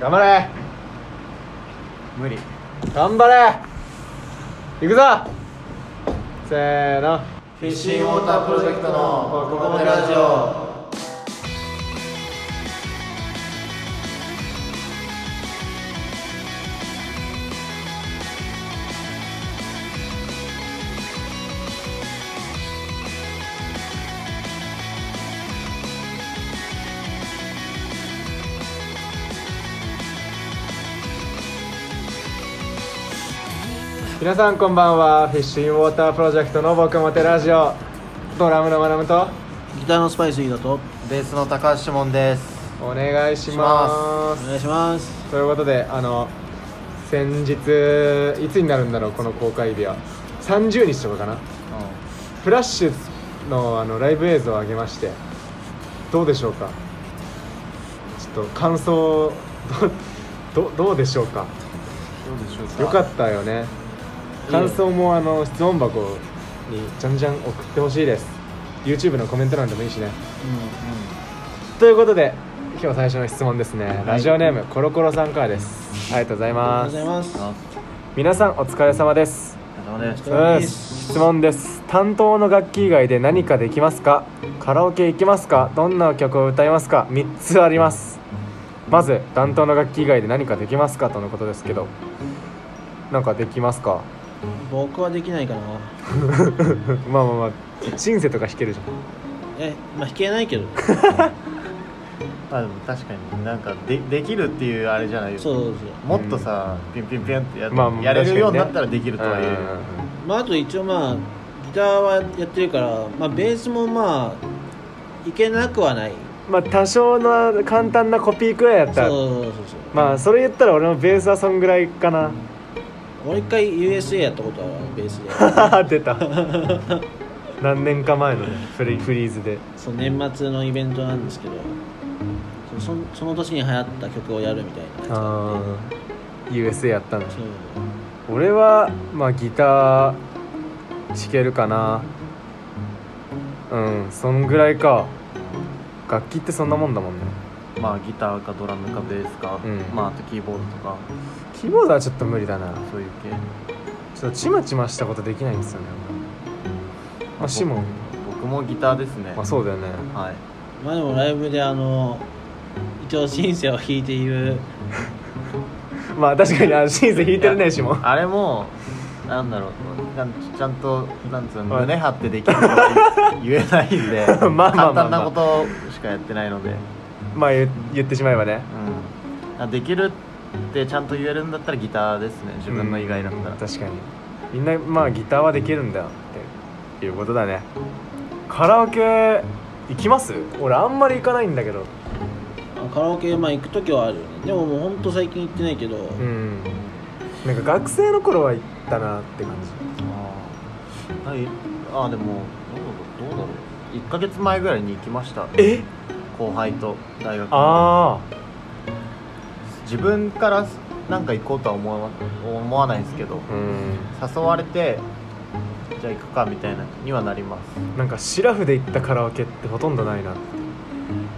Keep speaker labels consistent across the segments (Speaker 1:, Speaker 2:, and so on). Speaker 1: 頑張れ
Speaker 2: 無理
Speaker 1: 頑張れ行くぞせーの
Speaker 3: フィッシングウォータープロジェクトのここまでラジオ
Speaker 1: 皆さんこんばんはフィッシングウォータープロジェクトの僕もてラジオドラムのまなむと
Speaker 4: ギターのスパイス飯田と
Speaker 3: ベースの高橋もんです
Speaker 1: お願いします
Speaker 4: お願いします
Speaker 1: ということであの先日いつになるんだろうこの公開日は30日とかかなフラッシュのあのライブ映像を上げましてどうでしょうかちょっと感想ど どどうでしょうか
Speaker 3: どうでしょう
Speaker 1: よかったよね感想もあの質問箱にじゃんじゃん送ってほしいです YouTube のコメント欄でもいいしねということで今日最初の質問ですね、ラジオネームコロコロさんからですありがとうござい
Speaker 4: あ
Speaker 1: ま
Speaker 4: り
Speaker 1: す
Speaker 4: がとうございます
Speaker 1: 皆さんお疲れ様です
Speaker 3: お疲れ様です
Speaker 4: お疲れ様です
Speaker 1: 質問です担当の楽器以外で何かできますかカラオケ行きますかどんな曲を歌いますか3つありますまず担当の楽器以外で何かできますかとのことですけどなんかできますか
Speaker 4: 僕はできないかな
Speaker 1: まあまあまあシンセとか弾けるじゃ
Speaker 4: えまあ弾けないけど
Speaker 3: まあでも確かになんかでできるっていうあれじゃないよ
Speaker 4: そうそうそう
Speaker 3: もっとさ、ピンピンピンってや,、
Speaker 1: まあ
Speaker 3: やれるようにな
Speaker 1: 確
Speaker 3: った
Speaker 1: かに
Speaker 3: ら
Speaker 1: ね
Speaker 3: できるとは言うよ
Speaker 1: うんうんうん
Speaker 4: まああと一応まあギターはやってるからまあベースもまあいけなくはない
Speaker 1: んまあ多少の簡単なコピーくらいやっ
Speaker 4: そ
Speaker 1: た
Speaker 4: う
Speaker 1: ら
Speaker 4: そうそうそう
Speaker 1: まあそれ言ったら俺もベースはそんぐらいかな
Speaker 4: 俺一回 USA やったことあるベースで
Speaker 1: 出た何年か前のねフリフリーズで
Speaker 4: そう年末のイベントなんですけどそうそんその年に流行った曲をやるみたいなやつがあって
Speaker 1: ああ USA やったんだ
Speaker 4: そう
Speaker 1: 俺はまあギター弾けるかなうんそんぐらいか楽器ってそんなもんだもんね
Speaker 3: まあギターかドラムかベースか、
Speaker 1: うん
Speaker 3: まああとキーボードとか
Speaker 1: キーボードはちょっと無理だな
Speaker 3: そういう系
Speaker 1: ちょっとちまちましたことできないんですよね俺まあシモン
Speaker 3: 僕もギターですね、
Speaker 1: まあそうだよね
Speaker 3: はい
Speaker 4: まあでもライブであの一応シンセを弾いている
Speaker 1: まあ確かにあのシンセ弾いてるねシモン
Speaker 3: あれもなんだろうなんちゃんとなんつうの
Speaker 1: はい
Speaker 3: 胸張ってできるの言えないんで
Speaker 1: まあまあまあ
Speaker 3: 簡単なことしかやってないので、
Speaker 1: まあ言言ってしまえばね
Speaker 3: うんあ、できるってちゃんと言えるんだったらギターですね自分の以外だったら、
Speaker 1: うん確かにみんなまあギターはできるんだよっていうことだねカラオケ行きます俺あんまり行かないんだけど
Speaker 4: カラオケまあ行く時はあるよねでももうほんと最近行ってないけど、
Speaker 1: うんなんか学生の頃は行ったなって感じ
Speaker 3: あーはいあーでもどうだろうどうだろう1ヶ月前ぐらいに行きました
Speaker 1: え
Speaker 3: 後輩と大学
Speaker 1: あ
Speaker 3: 自分からなんか行こうとは思わ思わないですけど
Speaker 1: あうん
Speaker 3: 誘われてじゃあ行くかみたいなにはなります
Speaker 1: なんかシラフで行ったカラオケってほとんどないなって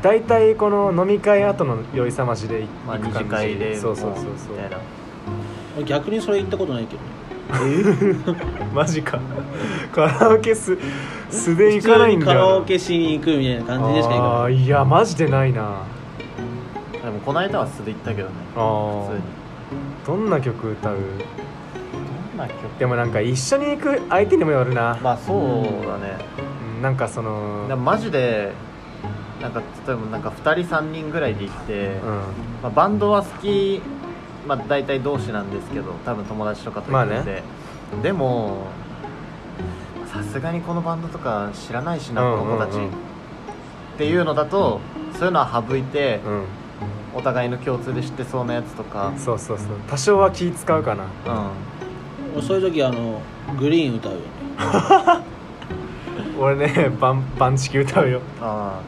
Speaker 1: 大体この飲み会後の酔いさましで
Speaker 3: ま
Speaker 1: 行
Speaker 3: あ、
Speaker 1: く
Speaker 3: 二
Speaker 1: 感
Speaker 3: 次
Speaker 1: じ、
Speaker 3: 会で
Speaker 1: そうそうそうそ
Speaker 3: みたいうな
Speaker 4: 俺逆にそれ行ったことないけどね
Speaker 1: マジかカラオケす素で行かないんだ
Speaker 4: 普通にカラ
Speaker 1: よ
Speaker 4: オケしに行くみたいな感じでしか行か
Speaker 1: あ
Speaker 4: な
Speaker 1: ー
Speaker 4: い
Speaker 1: いやマジでないな
Speaker 3: でもこの間は素で行ったけどね
Speaker 1: あー
Speaker 3: 普通に
Speaker 1: どんな曲歌う
Speaker 3: どんな曲
Speaker 1: でもなんか一緒に行く相手にもよるな、
Speaker 3: まあそうだね、
Speaker 1: うんなんかその
Speaker 3: でもマジでなんか例えばなんか2人3人ぐらいで行って、
Speaker 1: う
Speaker 3: まあ、バンドは好き、まあ、大体同士なんですけど多分友達とかと行ってて、でもさすがにこのバンドとか知らないしな、
Speaker 1: うん
Speaker 3: この子たち、
Speaker 1: うんうん
Speaker 3: っていうのだとそういうのは省いて、
Speaker 1: ん、
Speaker 3: お互いの共通で知ってそうなやつとか
Speaker 1: うん、そうそうそう多少は気使うかな
Speaker 3: う
Speaker 4: 俺そういう時あのグリーン歌うよね
Speaker 1: 俺ね バンバンチキ歌うよ
Speaker 3: んあ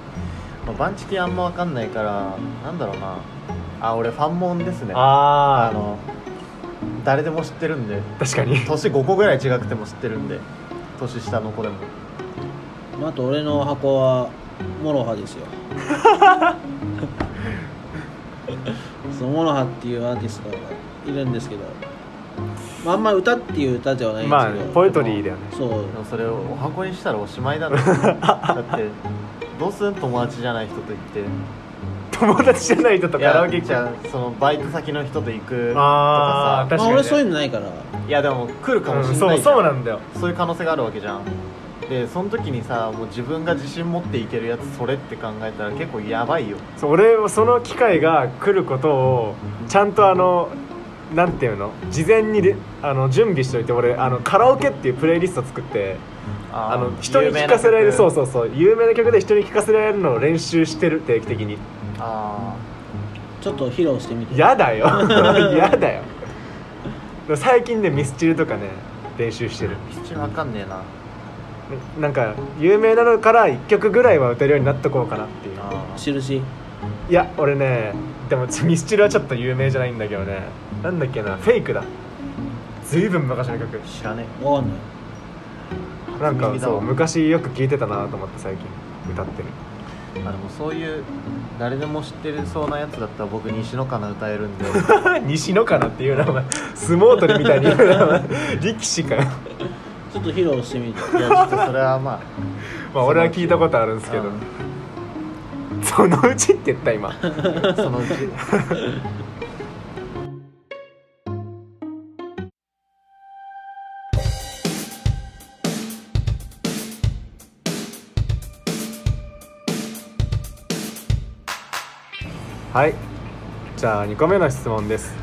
Speaker 3: ー、まあバンチキあんま分かんないからなんだろうなあ俺ファンモンですね
Speaker 1: あ
Speaker 3: あ
Speaker 1: ー
Speaker 3: の誰でも知ってるんで
Speaker 1: 確かに
Speaker 3: 年5個ぐらい違くても知ってるんで年下の子でも
Speaker 4: まああと俺の箱はモロハですよそのモノハっていうアーティストがいるんですけど、まあ、あんま歌っていう歌ではないんです
Speaker 1: まあ
Speaker 4: けど、
Speaker 1: ポエトリーだよね
Speaker 4: そう
Speaker 3: でもそれをお箱にしたらおしまいだろだってどうすん友達じゃない人と行って
Speaker 1: 友達じゃない人と
Speaker 3: い
Speaker 1: カ
Speaker 3: や
Speaker 1: ラオケ行
Speaker 3: じゃあそのバイト先の人と行くと
Speaker 1: あ
Speaker 3: かさ
Speaker 1: ー確か
Speaker 4: まあ
Speaker 1: に、ね
Speaker 4: 俺そういうのないから
Speaker 3: いやでも来るかもし
Speaker 1: うん
Speaker 3: れ
Speaker 1: そ
Speaker 3: な
Speaker 1: う
Speaker 3: いじゃん
Speaker 1: そうなんだよ
Speaker 3: そういう可能性があるわけじゃんでその時にさもう自分が自信持っていけるやつそれって考えたら結構やばいよ
Speaker 1: そう俺もその機会が来ることをちゃんとあのなんていうの事前にであの準備しといて俺あのカラオケっていうプレイリスト作ってあの人に聞かせられるそう
Speaker 3: う
Speaker 1: そうそう有名な曲で人に聞かせられるのを練習してる定期的に
Speaker 3: あ
Speaker 4: ちょっと披露してみて
Speaker 1: やだよやだよでも最近ねミスチルとかね練習してる
Speaker 3: あ必要わかんねえな
Speaker 1: ななんか有名なのから1曲ぐらいは歌えるようになっとこうかなっていう
Speaker 3: あー
Speaker 4: 印
Speaker 1: いや俺ねでもミスチルはちょっと有名じゃないんだけどねなんだっけなフェイクだずいぶん昔の曲
Speaker 3: 知らね
Speaker 4: わかんない
Speaker 1: なん
Speaker 3: 初
Speaker 1: か
Speaker 3: 耳だわ
Speaker 1: そう昔よく聴いてたなと思って最近歌ってる
Speaker 3: えあでもそういう誰でも知ってるそうなやつだったら僕西野カナ歌えるんで
Speaker 1: 西野かなっていう名前相撲取りみたいに言う名前 力士かよ
Speaker 4: ちょっと披露してみて
Speaker 3: いやちょっとそれはま
Speaker 1: まあ俺は聞いたことあるんですけど
Speaker 3: うん
Speaker 1: そのうちって言った今
Speaker 3: あそ のうち
Speaker 1: はいじゃあ2個目の質問です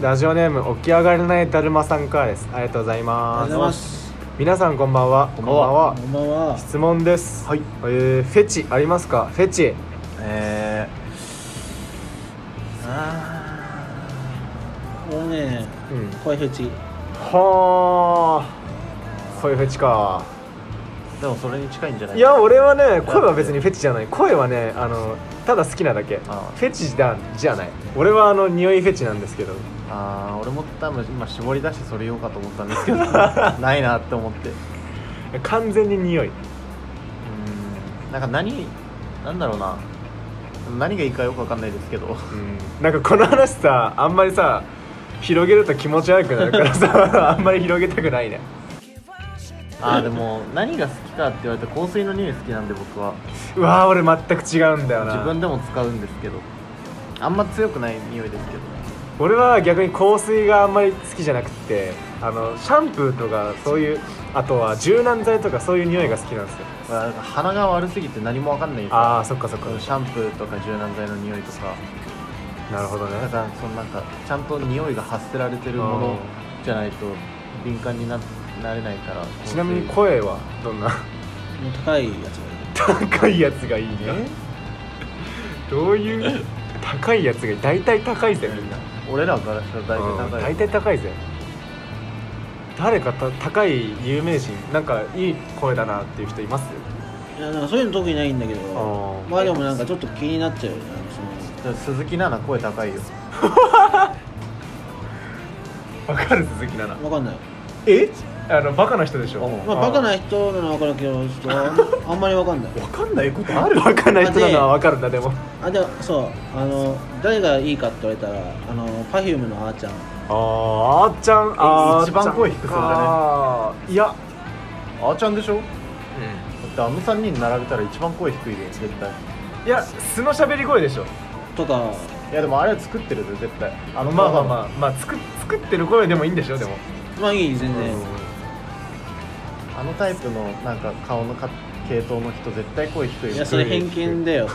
Speaker 1: ラジオネーム起き上がれないだるまさんからですありがとうござい
Speaker 4: あ
Speaker 1: ます
Speaker 4: りがとうございます
Speaker 1: 皆さんこんばんはこん
Speaker 3: ばんは
Speaker 4: こんばんは
Speaker 1: 質問です
Speaker 3: はい、
Speaker 1: えーフェチありますかフェチ
Speaker 3: えー、あ
Speaker 4: 俺ね
Speaker 1: うん
Speaker 4: 声フェチ
Speaker 1: はあ声フェチか
Speaker 3: ーでもそれに近いんじゃない
Speaker 1: いや俺はね声は別にフェチじゃない声はねあのただ好きなだけフ
Speaker 3: ああ
Speaker 1: ェチじゃじゃない俺はあの匂いフェチなんですけど
Speaker 3: あー俺も多分今絞り出してそれ言おうかと思ったん ですけどないなって思ってう
Speaker 1: 完全に匂い
Speaker 3: んなんか何なんだろうな何がいいかよくわかんないですけど
Speaker 1: なんかこの話さあんまりさ広げると気持ち悪くなるからさ あんまり広げたくないね
Speaker 3: あーで も何が好きかって言われて香水の匂い好きなんで僕は
Speaker 1: うわー俺全く違うんだよな
Speaker 3: 自分でも使うんですけどあんま強くない匂いですけどね
Speaker 1: 俺は逆に香水があんまり好きじゃなくてあのシャンプーとかそういうあとは柔軟剤とかそういう匂いが好きなんですよ
Speaker 3: これなんか鼻が悪すぎて何もわかんないんですよ
Speaker 1: ああそっかそっか
Speaker 3: シャンプーとか柔軟剤の匂いとか
Speaker 1: なるほどね
Speaker 3: だからそのなんかちゃんと匂いが発せられてるものじゃないと敏感にななれないから
Speaker 1: ちなみに
Speaker 3: 香水
Speaker 1: 声はどんな
Speaker 4: もう高いやつがいる
Speaker 1: 高いやつがいいねどういう高いやつがいい大体高いぜみんな
Speaker 3: 俺らからしたら大体高い、
Speaker 1: 大体高いぜ誰かた高い有名人なんかいい声だなっていう人います
Speaker 4: いやなんかそういうの特にないんだけど
Speaker 1: あー
Speaker 4: まあでもなんかちょっと気になっちゃうよねその
Speaker 3: 鈴木奈々声高いよ
Speaker 1: わかる鈴木奈々
Speaker 4: わかんない
Speaker 1: えあのバカな人でしょ
Speaker 3: うん
Speaker 4: まあバカな人なのは分かるけどちょっとあんあんまり分かんない
Speaker 1: わかんないことあるバカな人なのはわかるんだでも
Speaker 4: あでもそうあの誰がいいかって言われたらあの Perfume のあーちゃん
Speaker 1: あーあーちゃんあーちゃん
Speaker 3: 一番声低そうだね
Speaker 1: あーいや
Speaker 3: あーちゃんでしょだってあの3人並べたら一番声低いで絶対
Speaker 1: いや素の喋り声でしょ
Speaker 4: とか
Speaker 3: いやでもあれは作ってるで絶対
Speaker 1: あのまあまあまあまあ作作ってる声でもいいんでしょでも
Speaker 4: まあいい全然、
Speaker 3: あのタイプのなんか顔のか系統の人絶対声低いよ
Speaker 4: いやそれ偏見だよ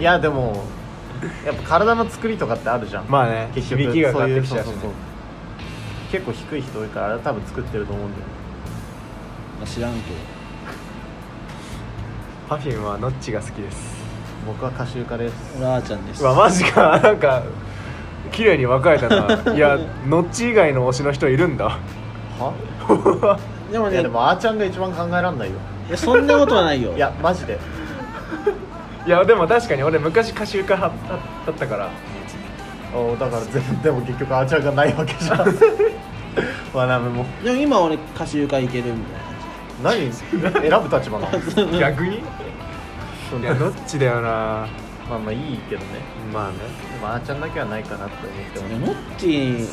Speaker 3: い やでもやっぱ体の作りとかってあるじゃん
Speaker 1: まあね
Speaker 3: 結局
Speaker 1: 響きが
Speaker 3: そうい
Speaker 1: 変わっ
Speaker 3: う
Speaker 1: てきちゃうしね
Speaker 3: そうそうそう結構低い人多いからあれは多分作ってると思うんだよね
Speaker 4: 知らんけ
Speaker 1: パフィンはノッチが好きです
Speaker 3: 僕は歌集家です
Speaker 4: ど俺あーちゃんです
Speaker 1: うわマジかなんか綺麗に分かれ たないやノッチ以外の推しの人いるんだ
Speaker 3: は
Speaker 4: で も
Speaker 3: い
Speaker 4: ね
Speaker 3: やでもあーちゃんが一番考えらんないよ
Speaker 4: いやそんなことはないよ
Speaker 3: いやマジで
Speaker 1: いやでも確かに俺昔歌集家だったから
Speaker 3: おだから全部でも結局あーちゃんがないわけじ ゃんわなめも
Speaker 4: でも今俺歌手会いけるみたいな 感
Speaker 3: 何選ぶ立場なの
Speaker 1: 逆にいやノッチだよな
Speaker 3: まあまあいいけどね
Speaker 1: まあね
Speaker 3: でもあーちゃんだけはないかなと思って
Speaker 4: いや
Speaker 3: も
Speaker 4: ノッティ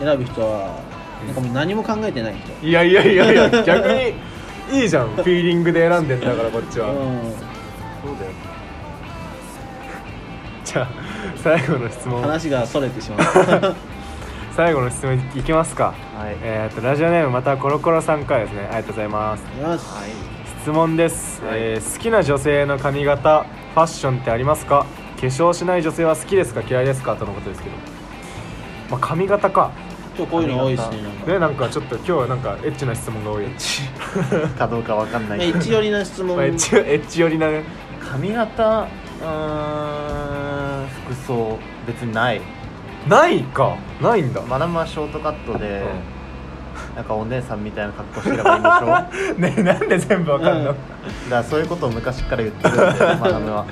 Speaker 4: 選ぶ人はなんかもう何も考えてない人
Speaker 1: いやいやいやいや逆にいいじゃんフィーリングで選んでんだからこっちは、
Speaker 4: う
Speaker 3: そうだよ
Speaker 1: じゃあ最後の質
Speaker 4: ん、
Speaker 1: 問
Speaker 4: 話がそれてしまう
Speaker 1: 最後の質問いきますか
Speaker 3: はい
Speaker 1: えー、とラジオネームまたコロコロさんからですねありがとうございます
Speaker 4: よし、
Speaker 3: はい
Speaker 1: 質問です、
Speaker 3: はい
Speaker 1: えー好きな女性の髪型ファッションってありますか化粧しない女性は好きですか嫌いですかとのことですけど、まあ、髪型か
Speaker 4: 今日こういうの多いですねなんか、
Speaker 1: ねなんかちょっと今日はなんかエッチな質問が多い
Speaker 3: かどうかわかんな
Speaker 4: ま
Speaker 3: い
Speaker 4: あ、
Speaker 3: けど
Speaker 4: 一寄りな質問、
Speaker 1: まあ、エッチエッチ寄りなね
Speaker 3: 髪型うーん服装別にない
Speaker 1: ないかないんだ、
Speaker 3: マナマショートカットで、
Speaker 1: う
Speaker 3: なんかお姉さんみたいな格好してればいいんで しょだか
Speaker 1: んねなんで全部わかんの、
Speaker 4: うん
Speaker 3: らそういうことを昔から言ってるんでマナムは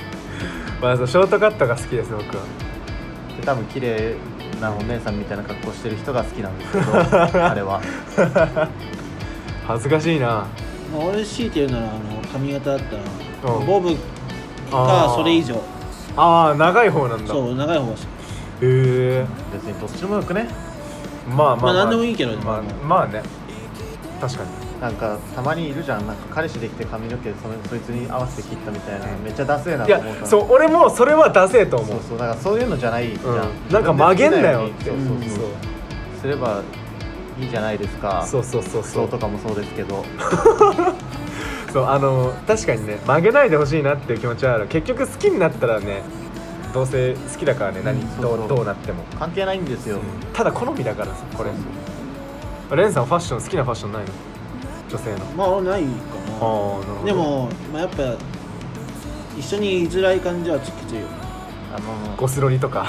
Speaker 1: まあ、そうショートカットが好きです僕は
Speaker 3: で多分綺麗なお姉さんみたいな格好してる人が好きなんです けどあれは
Speaker 1: 恥ずかしいな
Speaker 4: まあ、俺強いて言うならあの髪型だったら、
Speaker 1: うん
Speaker 4: ボブ
Speaker 1: あ
Speaker 4: か
Speaker 1: ー
Speaker 4: それ以上
Speaker 1: ああ長い方なんだへ
Speaker 4: そう長い方が好き
Speaker 1: え
Speaker 3: 別にどっちでもよくね
Speaker 1: まあまあ、ま
Speaker 4: ま
Speaker 1: あ、
Speaker 4: あ何でもいいけどね
Speaker 1: まあ、まあね確かに
Speaker 3: なんかたまにいるじゃんなんか彼氏できて髪の毛それそいつに合わせて切ったみたいなめっちゃダセえないと思うか
Speaker 1: や
Speaker 3: ら
Speaker 1: そう俺もそれはダセえと思
Speaker 3: そううそうだからそういうのじゃないじゃん、
Speaker 1: うんなんか曲げんなよって
Speaker 3: そううんそうそう、すればいいじゃないですか
Speaker 1: そうそうそう
Speaker 3: 服
Speaker 1: そ
Speaker 3: 装
Speaker 1: う
Speaker 3: とかもそうですけど
Speaker 1: そうあの確かにね曲げないでほしいなっていう気持ちはある結局好きになったらねどうせ好きだからね何、
Speaker 3: うんそ
Speaker 1: ど
Speaker 3: う
Speaker 1: う
Speaker 3: そう
Speaker 1: どうなっても
Speaker 3: 関係ないんですよ、
Speaker 1: ただ好みだからさこれ
Speaker 3: そうそう
Speaker 1: レンさんファッション好きなファッションないの女性の
Speaker 4: まあ俺ないか
Speaker 1: あーなる
Speaker 4: な
Speaker 1: ほど
Speaker 4: でも、まあ、やっぱ一緒に居づらい感じはちょっときついよ
Speaker 3: あの
Speaker 1: ゴスロリとか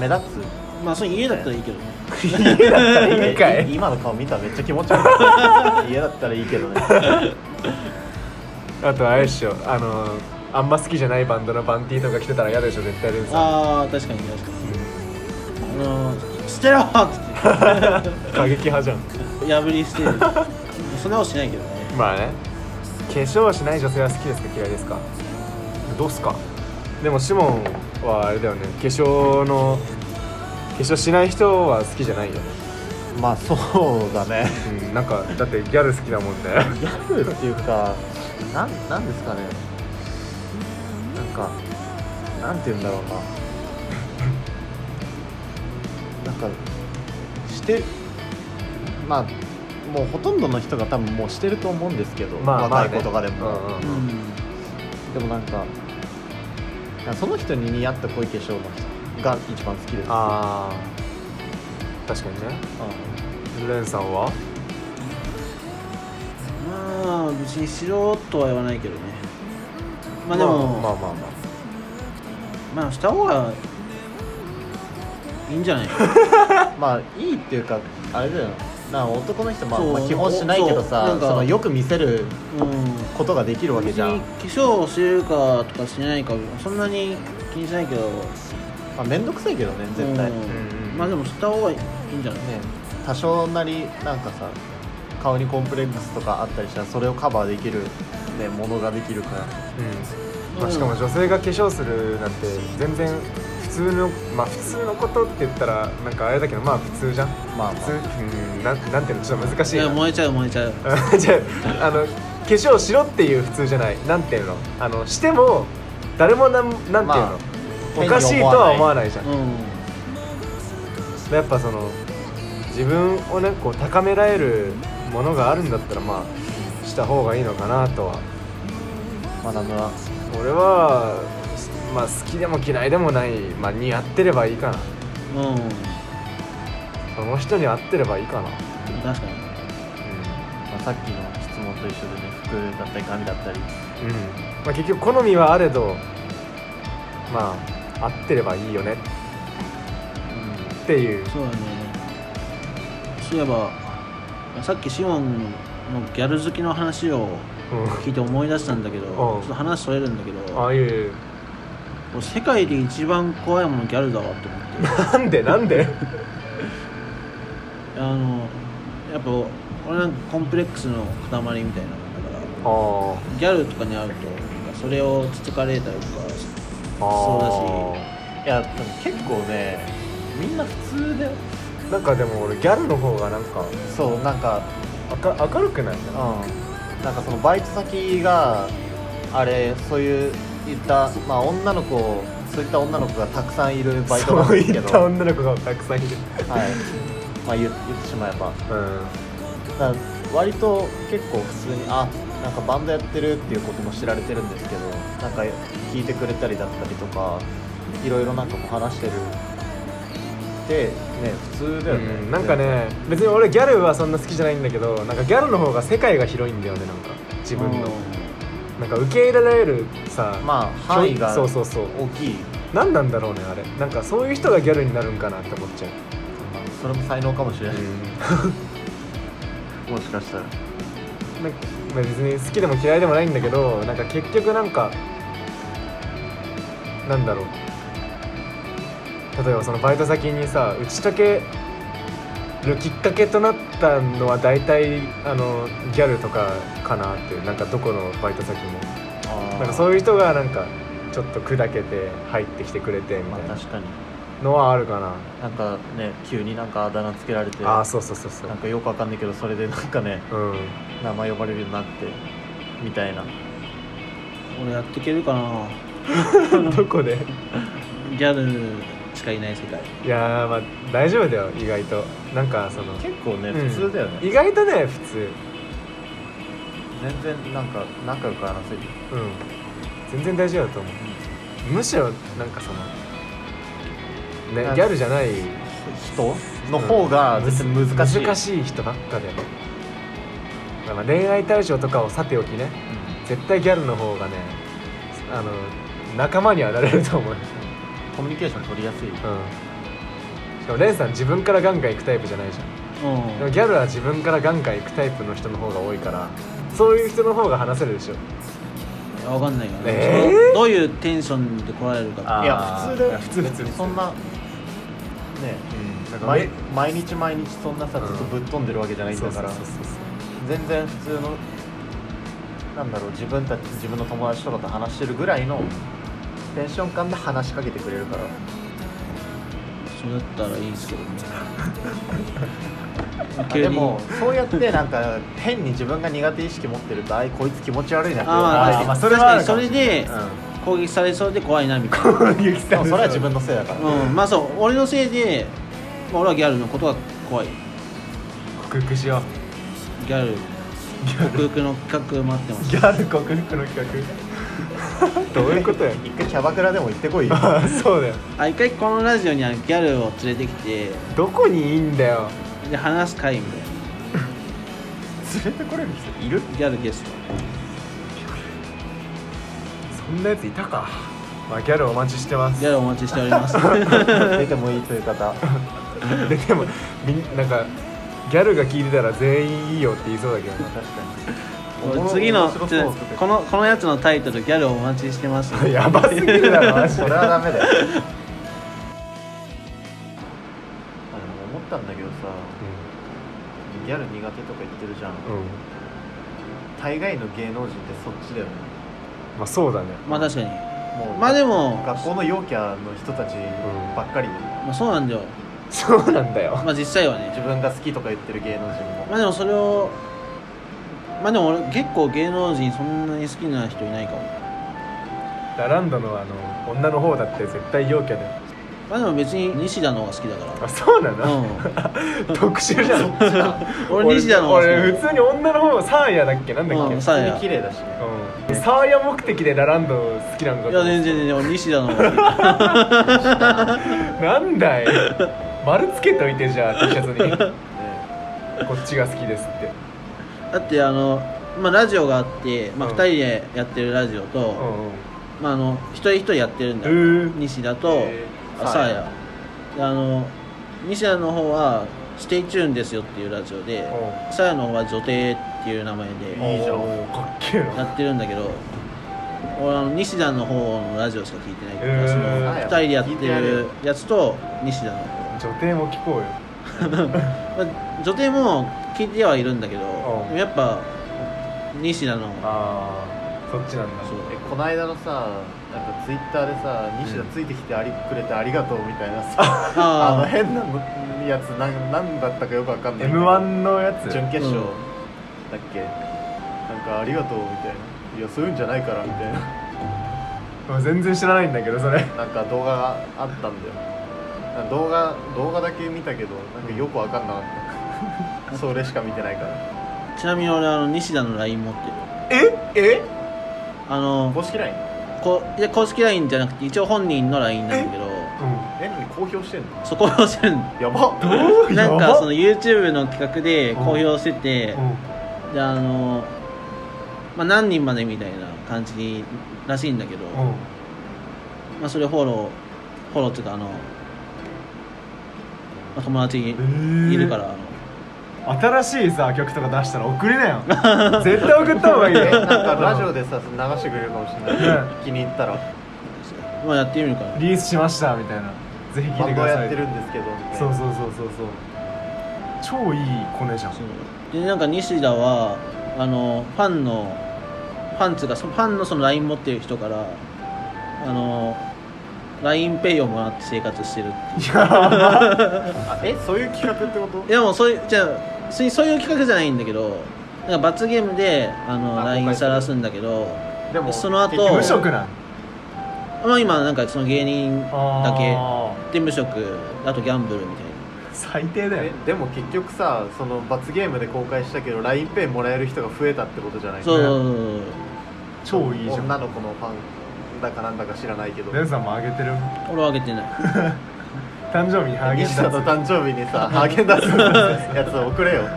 Speaker 3: 目立つ
Speaker 4: まあそれ家だったらいいけどね
Speaker 1: いいかい
Speaker 3: い今の顔見たらめっちゃ気持ち悪 い家だったらいいけどね
Speaker 1: あとあれでしょあのあんま好きじゃないバンドのバンティーとか着てたら嫌でしょ絶対レンさん
Speaker 4: ああ確かに確かにあのー、捨てろっつって
Speaker 1: 過激派じゃん
Speaker 4: 破り捨 てるそんなことしないけどね
Speaker 1: まあね化粧はしない女性は好きですか嫌いですかどうっすかでもシモンはあれだよね化粧の化粧しない人は好きじゃないよね、
Speaker 3: まあそうだね
Speaker 1: うん、なんかだってギャル好きだもんね
Speaker 3: ギャルっていうかなんなんですかねなんかなんて言うんだろうななんかしてまあもうほとんどの人が多分もうしてると思うんですけど、若い子とかでも、
Speaker 1: うんうん
Speaker 4: う
Speaker 3: でもなんかなんかその人に似合った濃い化粧の人が一番好きです
Speaker 1: あー確かにねレンさんは
Speaker 4: んまあ別にしろとは言わないけどねまあで
Speaker 1: ま
Speaker 4: も、ま
Speaker 1: あ
Speaker 4: あ
Speaker 1: まあま
Speaker 4: した方がいいんじゃない
Speaker 3: まあいいっていうかあれだよな男の人まあ、
Speaker 4: そう
Speaker 3: まあ基本しないけど
Speaker 4: そうな
Speaker 3: さ
Speaker 4: ん
Speaker 3: そ
Speaker 4: か
Speaker 3: のよく見せる
Speaker 4: うん
Speaker 3: ことができるわけ
Speaker 4: 別
Speaker 3: じゃん
Speaker 4: に、化粧をしてるかとかしてないかそんなに気にしないけど
Speaker 3: まあ、めんどくさいけどね絶対、ね
Speaker 1: うん
Speaker 4: う
Speaker 1: うん
Speaker 4: ん、まあでもした方がいいんじゃない
Speaker 3: 多少なりなんかさ顔にコンプレックスとかあったりしたらそれをカバーできる、ね、ものができるから
Speaker 1: あうん、まあ、しかも女性が化粧するなんて全然普通のまあ普通のことって言ったらなんかあれだけどまあ普通じゃん
Speaker 3: まあ、
Speaker 1: 普通うんなんなんていうのちょっと難し
Speaker 4: い
Speaker 1: いな
Speaker 4: や燃えちゃう燃えちゃう
Speaker 1: うん じゃああの化粧しろっていう普通じゃないなんていうのあのしても誰もなんなんていうの、
Speaker 3: まあ
Speaker 1: おかしいとは思わないじゃん
Speaker 4: う
Speaker 1: やっぱその自分をねこう高められるものがあるんだったらまあした方がいいのかなとは
Speaker 3: まあ、学ぶは
Speaker 1: 俺はまあ好きでも嫌いでもないまあ似合ってればいいかなん
Speaker 4: うん
Speaker 1: その人に合ってればいいかな、
Speaker 4: 確かに
Speaker 3: まあ、さっきの質問と一緒でね服だったり髪だったり
Speaker 1: うんまあ、結局好みはあれどまあ合ってればいいよねっていう
Speaker 4: そうだねそういえばさっきシオンのギャル好きの話を聞いて思い出したんだけど、ちょっと話それるんだけ
Speaker 1: うん、あ
Speaker 4: ど
Speaker 1: いえいえ
Speaker 4: 俺世界で一番怖いものギャルだわって思って
Speaker 1: な んでなんで
Speaker 4: あのやっぱ俺なんかコンプレックスの塊みたいなもんだか
Speaker 1: あ
Speaker 4: ら
Speaker 1: あ
Speaker 4: ギャルとかに会うとなんかそれをつつかれたりとかそうだし
Speaker 3: いやでも結構ねみんな普通だよ
Speaker 1: なんかでも俺ギャルの方がなんか
Speaker 3: そうなんか
Speaker 1: 明明るくないな
Speaker 3: うんなんかそのバイト先があれそういういったまあ女の子そういった女の子がたくさんいるバイトなん
Speaker 1: そう
Speaker 3: で
Speaker 1: い
Speaker 3: すけ
Speaker 1: っ
Speaker 3: ど
Speaker 1: た女の子がたくさんいる
Speaker 3: はいまあ言言ってしまえば
Speaker 1: うん
Speaker 3: だから割と結構普通にあなんかバンドやってるっていうことも知られてるんですけどなんか聞いてくれたりだったりとかいろいろなんかもう話してるでね普通だよね、
Speaker 1: うんなんかね別に俺ギャルはそんな好きじゃないんだけどなんかギャルの方が世界が広いんだよねなんか自分のなんか受け入れられるさ
Speaker 3: まあ範囲が
Speaker 1: そう
Speaker 3: 大
Speaker 1: そうそう
Speaker 3: きい
Speaker 1: 何なんだろうねあれなんかそういう人がギャルになるんかなって思っちゃう
Speaker 3: それも才能かもしれない、 もしかしたら
Speaker 1: なんかまあ別に好きでも嫌いでもないんだけどなんか結局なんかなんだろう例えばそのバイト先にさ打ち解けるきっかけとなったのは大体あのギャルとかかなっていうなんかどこのバイト先もなんかそういう人がなんかちょっと砕けて入ってきてくれてみ
Speaker 3: まあ
Speaker 1: たいな
Speaker 3: 確かに
Speaker 1: のはあるかな、
Speaker 3: なんかね急になんかあだ名つけられて
Speaker 1: ああそうそうそうそう
Speaker 3: なんかよくわかんないけどそれでなんか ね
Speaker 1: うん
Speaker 3: 名前呼ばれるようになってみたいな
Speaker 4: 俺やっていけるかな
Speaker 1: どこで
Speaker 4: ギャルしかいない世界
Speaker 1: いやーまあ大丈夫だよ意外となんかその
Speaker 3: 結構ね
Speaker 1: うん
Speaker 3: 普通だよね、
Speaker 1: 意外とね普通
Speaker 3: 全然なんか仲良く話せる
Speaker 1: うん全然大丈夫だと思うむしろなんかその
Speaker 3: な
Speaker 1: ね
Speaker 3: ん
Speaker 1: ギャルじゃない
Speaker 3: 人の方が絶対難しい、
Speaker 1: 難しい人ばっかでまあ恋愛対象とかをさておきね絶対ギャルの方がねあの仲間にはなれると思う
Speaker 3: うんコミュニケーション取りやすい、
Speaker 1: うんしかもレンさん自分からガンガン行くタイプじゃないじゃんでも
Speaker 4: う
Speaker 1: ギャルは自分からガンガン行くタイプの人の方が多いからそういう人の方が話せるでしょ
Speaker 4: ん分かんないよね、
Speaker 1: えー
Speaker 4: どういうテンションで来られるか
Speaker 3: あー
Speaker 1: いや普通だよ
Speaker 3: いや
Speaker 1: 普通普通
Speaker 3: そんなね
Speaker 1: うん
Speaker 3: 毎毎日毎日そんなさずっとぶっ飛んでるわけじゃないんだから
Speaker 1: そうそうそうそう
Speaker 3: 全然普通のなんだろう自分たち自分の友達とかと話してるぐらいのテンション感で話しかけてくれるから
Speaker 4: そうだったらいいですけど ね
Speaker 3: あ
Speaker 4: 急に
Speaker 3: でもそうやってなんか変に自分が苦手意識持ってるとあいこいつ気持ち悪いなって
Speaker 4: あー、まあ、
Speaker 3: 思
Speaker 4: そ
Speaker 3: わ
Speaker 4: れ
Speaker 3: れる
Speaker 4: は
Speaker 3: か
Speaker 4: そ
Speaker 3: も
Speaker 4: れ
Speaker 3: し
Speaker 4: で
Speaker 3: れないうん
Speaker 4: 攻撃されそうで怖いなみたいな
Speaker 1: ゆき
Speaker 3: で
Speaker 1: さ
Speaker 3: も
Speaker 1: ん
Speaker 3: それは自分のせいだから、
Speaker 4: うんまあそう俺のせいで、まあ、俺はギャルのことが怖い
Speaker 1: 克服しよ
Speaker 4: ギャル克服の企画待ってま
Speaker 1: う
Speaker 4: す
Speaker 1: ギャル克服の企画 どういう ことや
Speaker 3: 一回キャバクラでも行って こいよ
Speaker 1: あそうだよ
Speaker 4: あ一回このラジオにはギャルを連れてきて
Speaker 1: どこにいいんだよ
Speaker 4: で話す会みたいな
Speaker 3: 連れてこれる人いる
Speaker 4: ギャルゲスト
Speaker 1: そんなやついたかまあギャルお待ちしてます
Speaker 4: ギャルお待ちしております
Speaker 3: 出てもいいという方
Speaker 1: ででもみんなんかギャルが聞いてたら全員いいよって言いそうだけど
Speaker 3: 確か
Speaker 4: 次の
Speaker 3: 面白そう
Speaker 4: ちょこのこのやつのタイトルギャルお待ちしてます
Speaker 1: な やばすぎるだろマ
Speaker 3: に
Speaker 1: ジで
Speaker 3: それはダメだよあでも思ったんだけどさギャル苦手とか言ってるじゃん、
Speaker 1: うん、うん、
Speaker 3: 大概の芸能人ってそっちだよね
Speaker 1: まあそうだね
Speaker 4: まあ確かに、
Speaker 3: もう
Speaker 4: まあでも
Speaker 3: 学校の陽キャの人たちばっかり、
Speaker 4: まあ、そうなんだよ
Speaker 1: そうなんだよ
Speaker 4: まあ実際はね
Speaker 3: 自分が好きとか言ってる芸能人も
Speaker 4: まあでもそれをまあでも俺結構芸能人そんなに好きな人いないかも
Speaker 1: ラランドのあの女の方だって絶対陽キャだよ
Speaker 4: まあでも別に西田の方が好きだか
Speaker 1: あそうな
Speaker 4: らう
Speaker 1: の、
Speaker 4: ん
Speaker 1: 特殊じゃん
Speaker 4: 俺西田の方が好き
Speaker 1: 俺俺普通に女の方サーヤだっけなんだっけ、
Speaker 4: うん
Speaker 3: 普
Speaker 4: サー
Speaker 3: 通
Speaker 4: ヤ
Speaker 3: に綺麗だしね
Speaker 1: うんサーヤ目的でラランド好きなんか
Speaker 4: いや全然全然俺西田の方が好き
Speaker 1: なんだい丸つけといてじゃあ T シャツに
Speaker 3: ね
Speaker 1: こっちが好きですって
Speaker 4: だってあのまあラジオがあって、まあ、
Speaker 1: う
Speaker 4: 2
Speaker 1: ん
Speaker 4: 人でやってるラジオ
Speaker 1: うんう
Speaker 4: と、
Speaker 1: ん
Speaker 4: まあ、あの一人一人やってるんだ
Speaker 1: へ
Speaker 4: よ
Speaker 1: ー
Speaker 4: 西田と
Speaker 1: へ
Speaker 4: あ
Speaker 3: ー
Speaker 4: サーヤであの西田の方は「ステイチューンですよ」っていうラジオで
Speaker 1: う
Speaker 4: サーヤの方は「女帝」っていう名前で
Speaker 3: いいじゃん
Speaker 1: おーかっけえな
Speaker 4: やってるんだけど俺あの西田の方のラジオしか聞いてないか
Speaker 1: へ
Speaker 4: ら
Speaker 1: ー
Speaker 4: その2人でやっ
Speaker 3: 聞いて
Speaker 4: て
Speaker 3: やれ
Speaker 4: る
Speaker 3: よ
Speaker 4: やつと西田の方
Speaker 1: 女帝も聞こうよ
Speaker 4: まあ女帝も聞いてはいるんだけど
Speaker 1: うん
Speaker 4: やっぱ西田の
Speaker 1: あそっちなんだ
Speaker 4: そう
Speaker 3: えこの間のさなんかツイッターでさ「西田ついてきてありくれてありがとう」みたいなさ、あの
Speaker 4: あ
Speaker 3: 変なのやつなんなんだったかよくわかんない
Speaker 2: m 1のやつ
Speaker 3: 準決勝、
Speaker 4: うん
Speaker 3: だっけなんか「ありがとう」みたいな「いやそういうんじゃないから」みたいな
Speaker 2: 俺全然知らないんだけどそれ
Speaker 3: なんか動画があったんだよなんか動画動画だけ見たけどなんかよくわかんなかったそれしか見てないから
Speaker 4: あちなみに俺あの西田の LINE 持ってる
Speaker 2: え
Speaker 4: あの
Speaker 3: 公式 LINE?
Speaker 4: こいや公式 LINE じゃなくて一応本人の LINE なんだけど
Speaker 3: え何公表してんの
Speaker 4: そこを押せる
Speaker 3: やばっどう
Speaker 4: なん
Speaker 2: や
Speaker 4: か
Speaker 2: ば
Speaker 4: その YouTube の企画で公表してて、
Speaker 1: うん
Speaker 4: であの、まあ、何人までみたいな感じらしいんだけど、
Speaker 1: うん
Speaker 4: まあ、それフォローフォローっていうかあの、まあ友達い
Speaker 2: ー
Speaker 4: るから、あの
Speaker 2: 新しいさ曲とか出したら送れなよ 絶対送った方がいい
Speaker 3: え
Speaker 2: よ
Speaker 3: なんかラジオでさ流してくれるかもしれな
Speaker 2: う
Speaker 3: い気に入ったら
Speaker 4: まあ、やってみるから
Speaker 2: リリースしましたみたいなぜひ聴いて
Speaker 3: バン
Speaker 2: く
Speaker 3: ド
Speaker 2: ださ
Speaker 3: や
Speaker 2: い
Speaker 3: ってるんですけどみたいな
Speaker 2: そうそうそうそうそう超いいコネじゃん
Speaker 4: そうでなんか西田はあのファンのファンっつうかそファンのその LINE 持ってる人からあの LINEPay をもらって生活してるっていう
Speaker 3: あえそういう企画ってこと
Speaker 4: いやもうそういうじゃあ別にそういう企画じゃないんだけどなんか罰ゲームであの
Speaker 3: あ
Speaker 4: LINE
Speaker 3: 公開する
Speaker 4: 晒すんだけど
Speaker 3: でも
Speaker 4: その後
Speaker 3: 結局
Speaker 2: 無職なん
Speaker 4: まあ今なんかその芸人だけ
Speaker 2: あー
Speaker 4: で無職あとギャンブルみたいな
Speaker 2: 最低だ
Speaker 3: え
Speaker 2: よ
Speaker 3: でも結局さその罰ゲームで公開したけど LINEPay もらえる人が増えたってことじゃない
Speaker 4: そうそうそうそう
Speaker 2: 超いいじゃん
Speaker 3: 女の子のファンだかなんだか知らないけど
Speaker 2: レンさんもあげてる
Speaker 4: 俺はあげてない
Speaker 2: 誕生日にハーゲン
Speaker 3: 西田
Speaker 2: ダ
Speaker 3: の
Speaker 2: ッツ
Speaker 3: 誕生日にさハーゲンダッツのやつ送れよ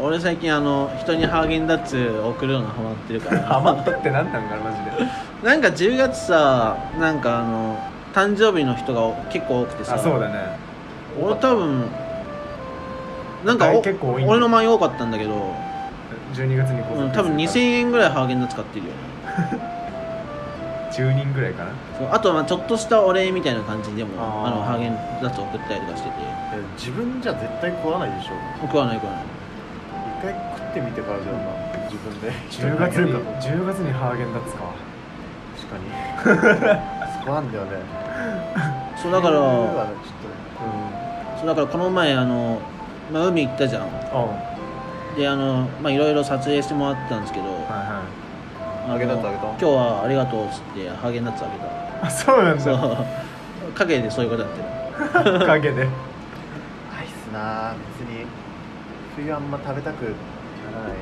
Speaker 4: 俺最近あの人にハーゲンダッツ送るのハマってる から
Speaker 2: ハマったってなんなんかなマジで
Speaker 4: なんか10月さなんかあの誕生日の人が結構多くてさ
Speaker 2: あそうだね
Speaker 4: 俺多分なんかお
Speaker 2: 結構多いんだ
Speaker 4: 俺の前多かったんだけど、
Speaker 2: 12月に
Speaker 4: うん、多分2000円ぐらいハーゲンダッツ買ってるよね
Speaker 2: 10人ぐらいかな
Speaker 4: そうあとはまあちょっとしたお礼みたいな感じでも
Speaker 2: あー
Speaker 4: あのハーゲンダッツ送ったりとかしてて
Speaker 3: え自分じゃ絶対食わないでしょ
Speaker 4: 食わない食わない
Speaker 3: 一回食ってみてからじゃんな自分で
Speaker 2: 10月に10月にハーゲンダッツか
Speaker 3: 確かにそこなんだよね
Speaker 4: そうだか
Speaker 3: 理由は
Speaker 4: ら
Speaker 3: ねちょっ
Speaker 4: そうだからこの前あの、まあ、海行ったじゃ
Speaker 2: う
Speaker 4: ん
Speaker 2: んはい
Speaker 4: であのまあいろいろ撮影してもらったんですけど、
Speaker 2: は
Speaker 4: あの
Speaker 3: ハーゲンダッツあげた
Speaker 4: 今日はありがとうっつってハーゲンダッツあげた
Speaker 2: いあそうなん
Speaker 4: そ
Speaker 2: だ
Speaker 4: う影でそういうことやってる
Speaker 2: 陰で
Speaker 3: とアイスなあ別に冬あんま食べたくならない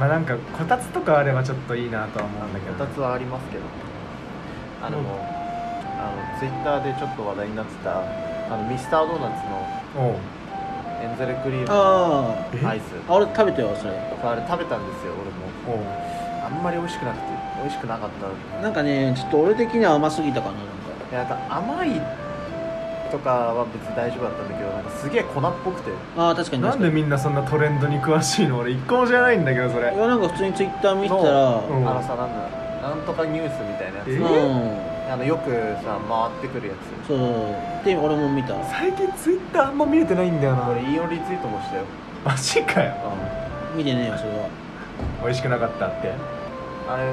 Speaker 2: まあなんかこたつとかあればちょっといいなとは思うんだけ
Speaker 3: こ
Speaker 2: ど
Speaker 3: たつはありますけどあの、
Speaker 2: うん
Speaker 3: あのツイッターでちょっと話題になってたあのミスタードーナツの
Speaker 2: おう
Speaker 3: エンゼルクリームの
Speaker 4: あー
Speaker 3: アイス
Speaker 4: あ俺食べたよそれ
Speaker 3: あれ食べたんですよ俺
Speaker 2: お
Speaker 3: も
Speaker 2: う
Speaker 3: あんまり美味しくなくて美味しくなかった
Speaker 4: なんかねちょっと俺的には甘すぎたかななんか
Speaker 3: いやなんか甘いとかは別に大丈夫だったんだけどなんかすげえ粉っぽくて
Speaker 4: ああ確かに
Speaker 2: なん
Speaker 4: 確か
Speaker 2: で
Speaker 4: に
Speaker 2: みんなそんなトレンドに詳しいの俺一個も知らないんだけどそれ
Speaker 4: いやなんか普通にツイッター見てたら
Speaker 2: う
Speaker 3: あ
Speaker 4: うん
Speaker 3: のさなんだなんとかニュースみたいなや
Speaker 2: え
Speaker 3: つ
Speaker 4: ん
Speaker 3: あのよくさ回ってくるやつ
Speaker 4: そうで俺も見た
Speaker 2: 最近ツイッターあんま見れてないんだよな
Speaker 3: 俺引用リツイートもしたよ
Speaker 2: マジかよ
Speaker 4: 見てねえよそれは
Speaker 2: 美味しくなかったって
Speaker 3: あれ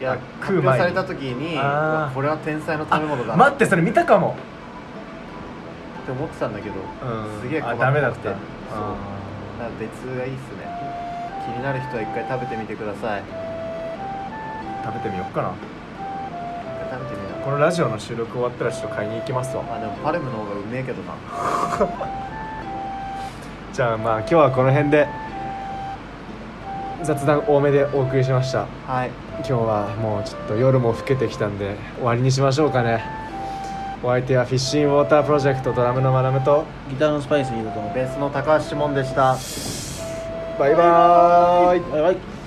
Speaker 3: いや
Speaker 2: あ
Speaker 3: 発
Speaker 2: 食う前に
Speaker 3: 表された時に
Speaker 2: あー
Speaker 3: わこれは天才の食べ物だな
Speaker 2: 待
Speaker 3: っ
Speaker 2: ってそれ見たかも
Speaker 3: て思ってたんだけど
Speaker 2: うん
Speaker 3: すげえ粉
Speaker 2: あ
Speaker 3: っぽ
Speaker 2: ダメだっ
Speaker 3: くて
Speaker 2: た
Speaker 3: そうなんか別がいいっすね気になる人は一回食べてみてください
Speaker 2: 食べてみようかな
Speaker 3: 一回食べてみな
Speaker 2: このラジオの収録終わったらちょっと買いに行きますわ
Speaker 3: あでもパレムの方がうめえけどな
Speaker 2: じゃあまあ今日はこの辺で
Speaker 1: 雑談多めでお送りしました
Speaker 3: はい
Speaker 1: 今日はもうちょっと夜も更けてきたんで終わりにしましょうかねお相手はフィッシングウォータープロジェクトドラムのマナムと
Speaker 4: ギターのスパイスいると思う
Speaker 3: ベースの高橋志門でした
Speaker 1: バイバーイ
Speaker 4: バイバイ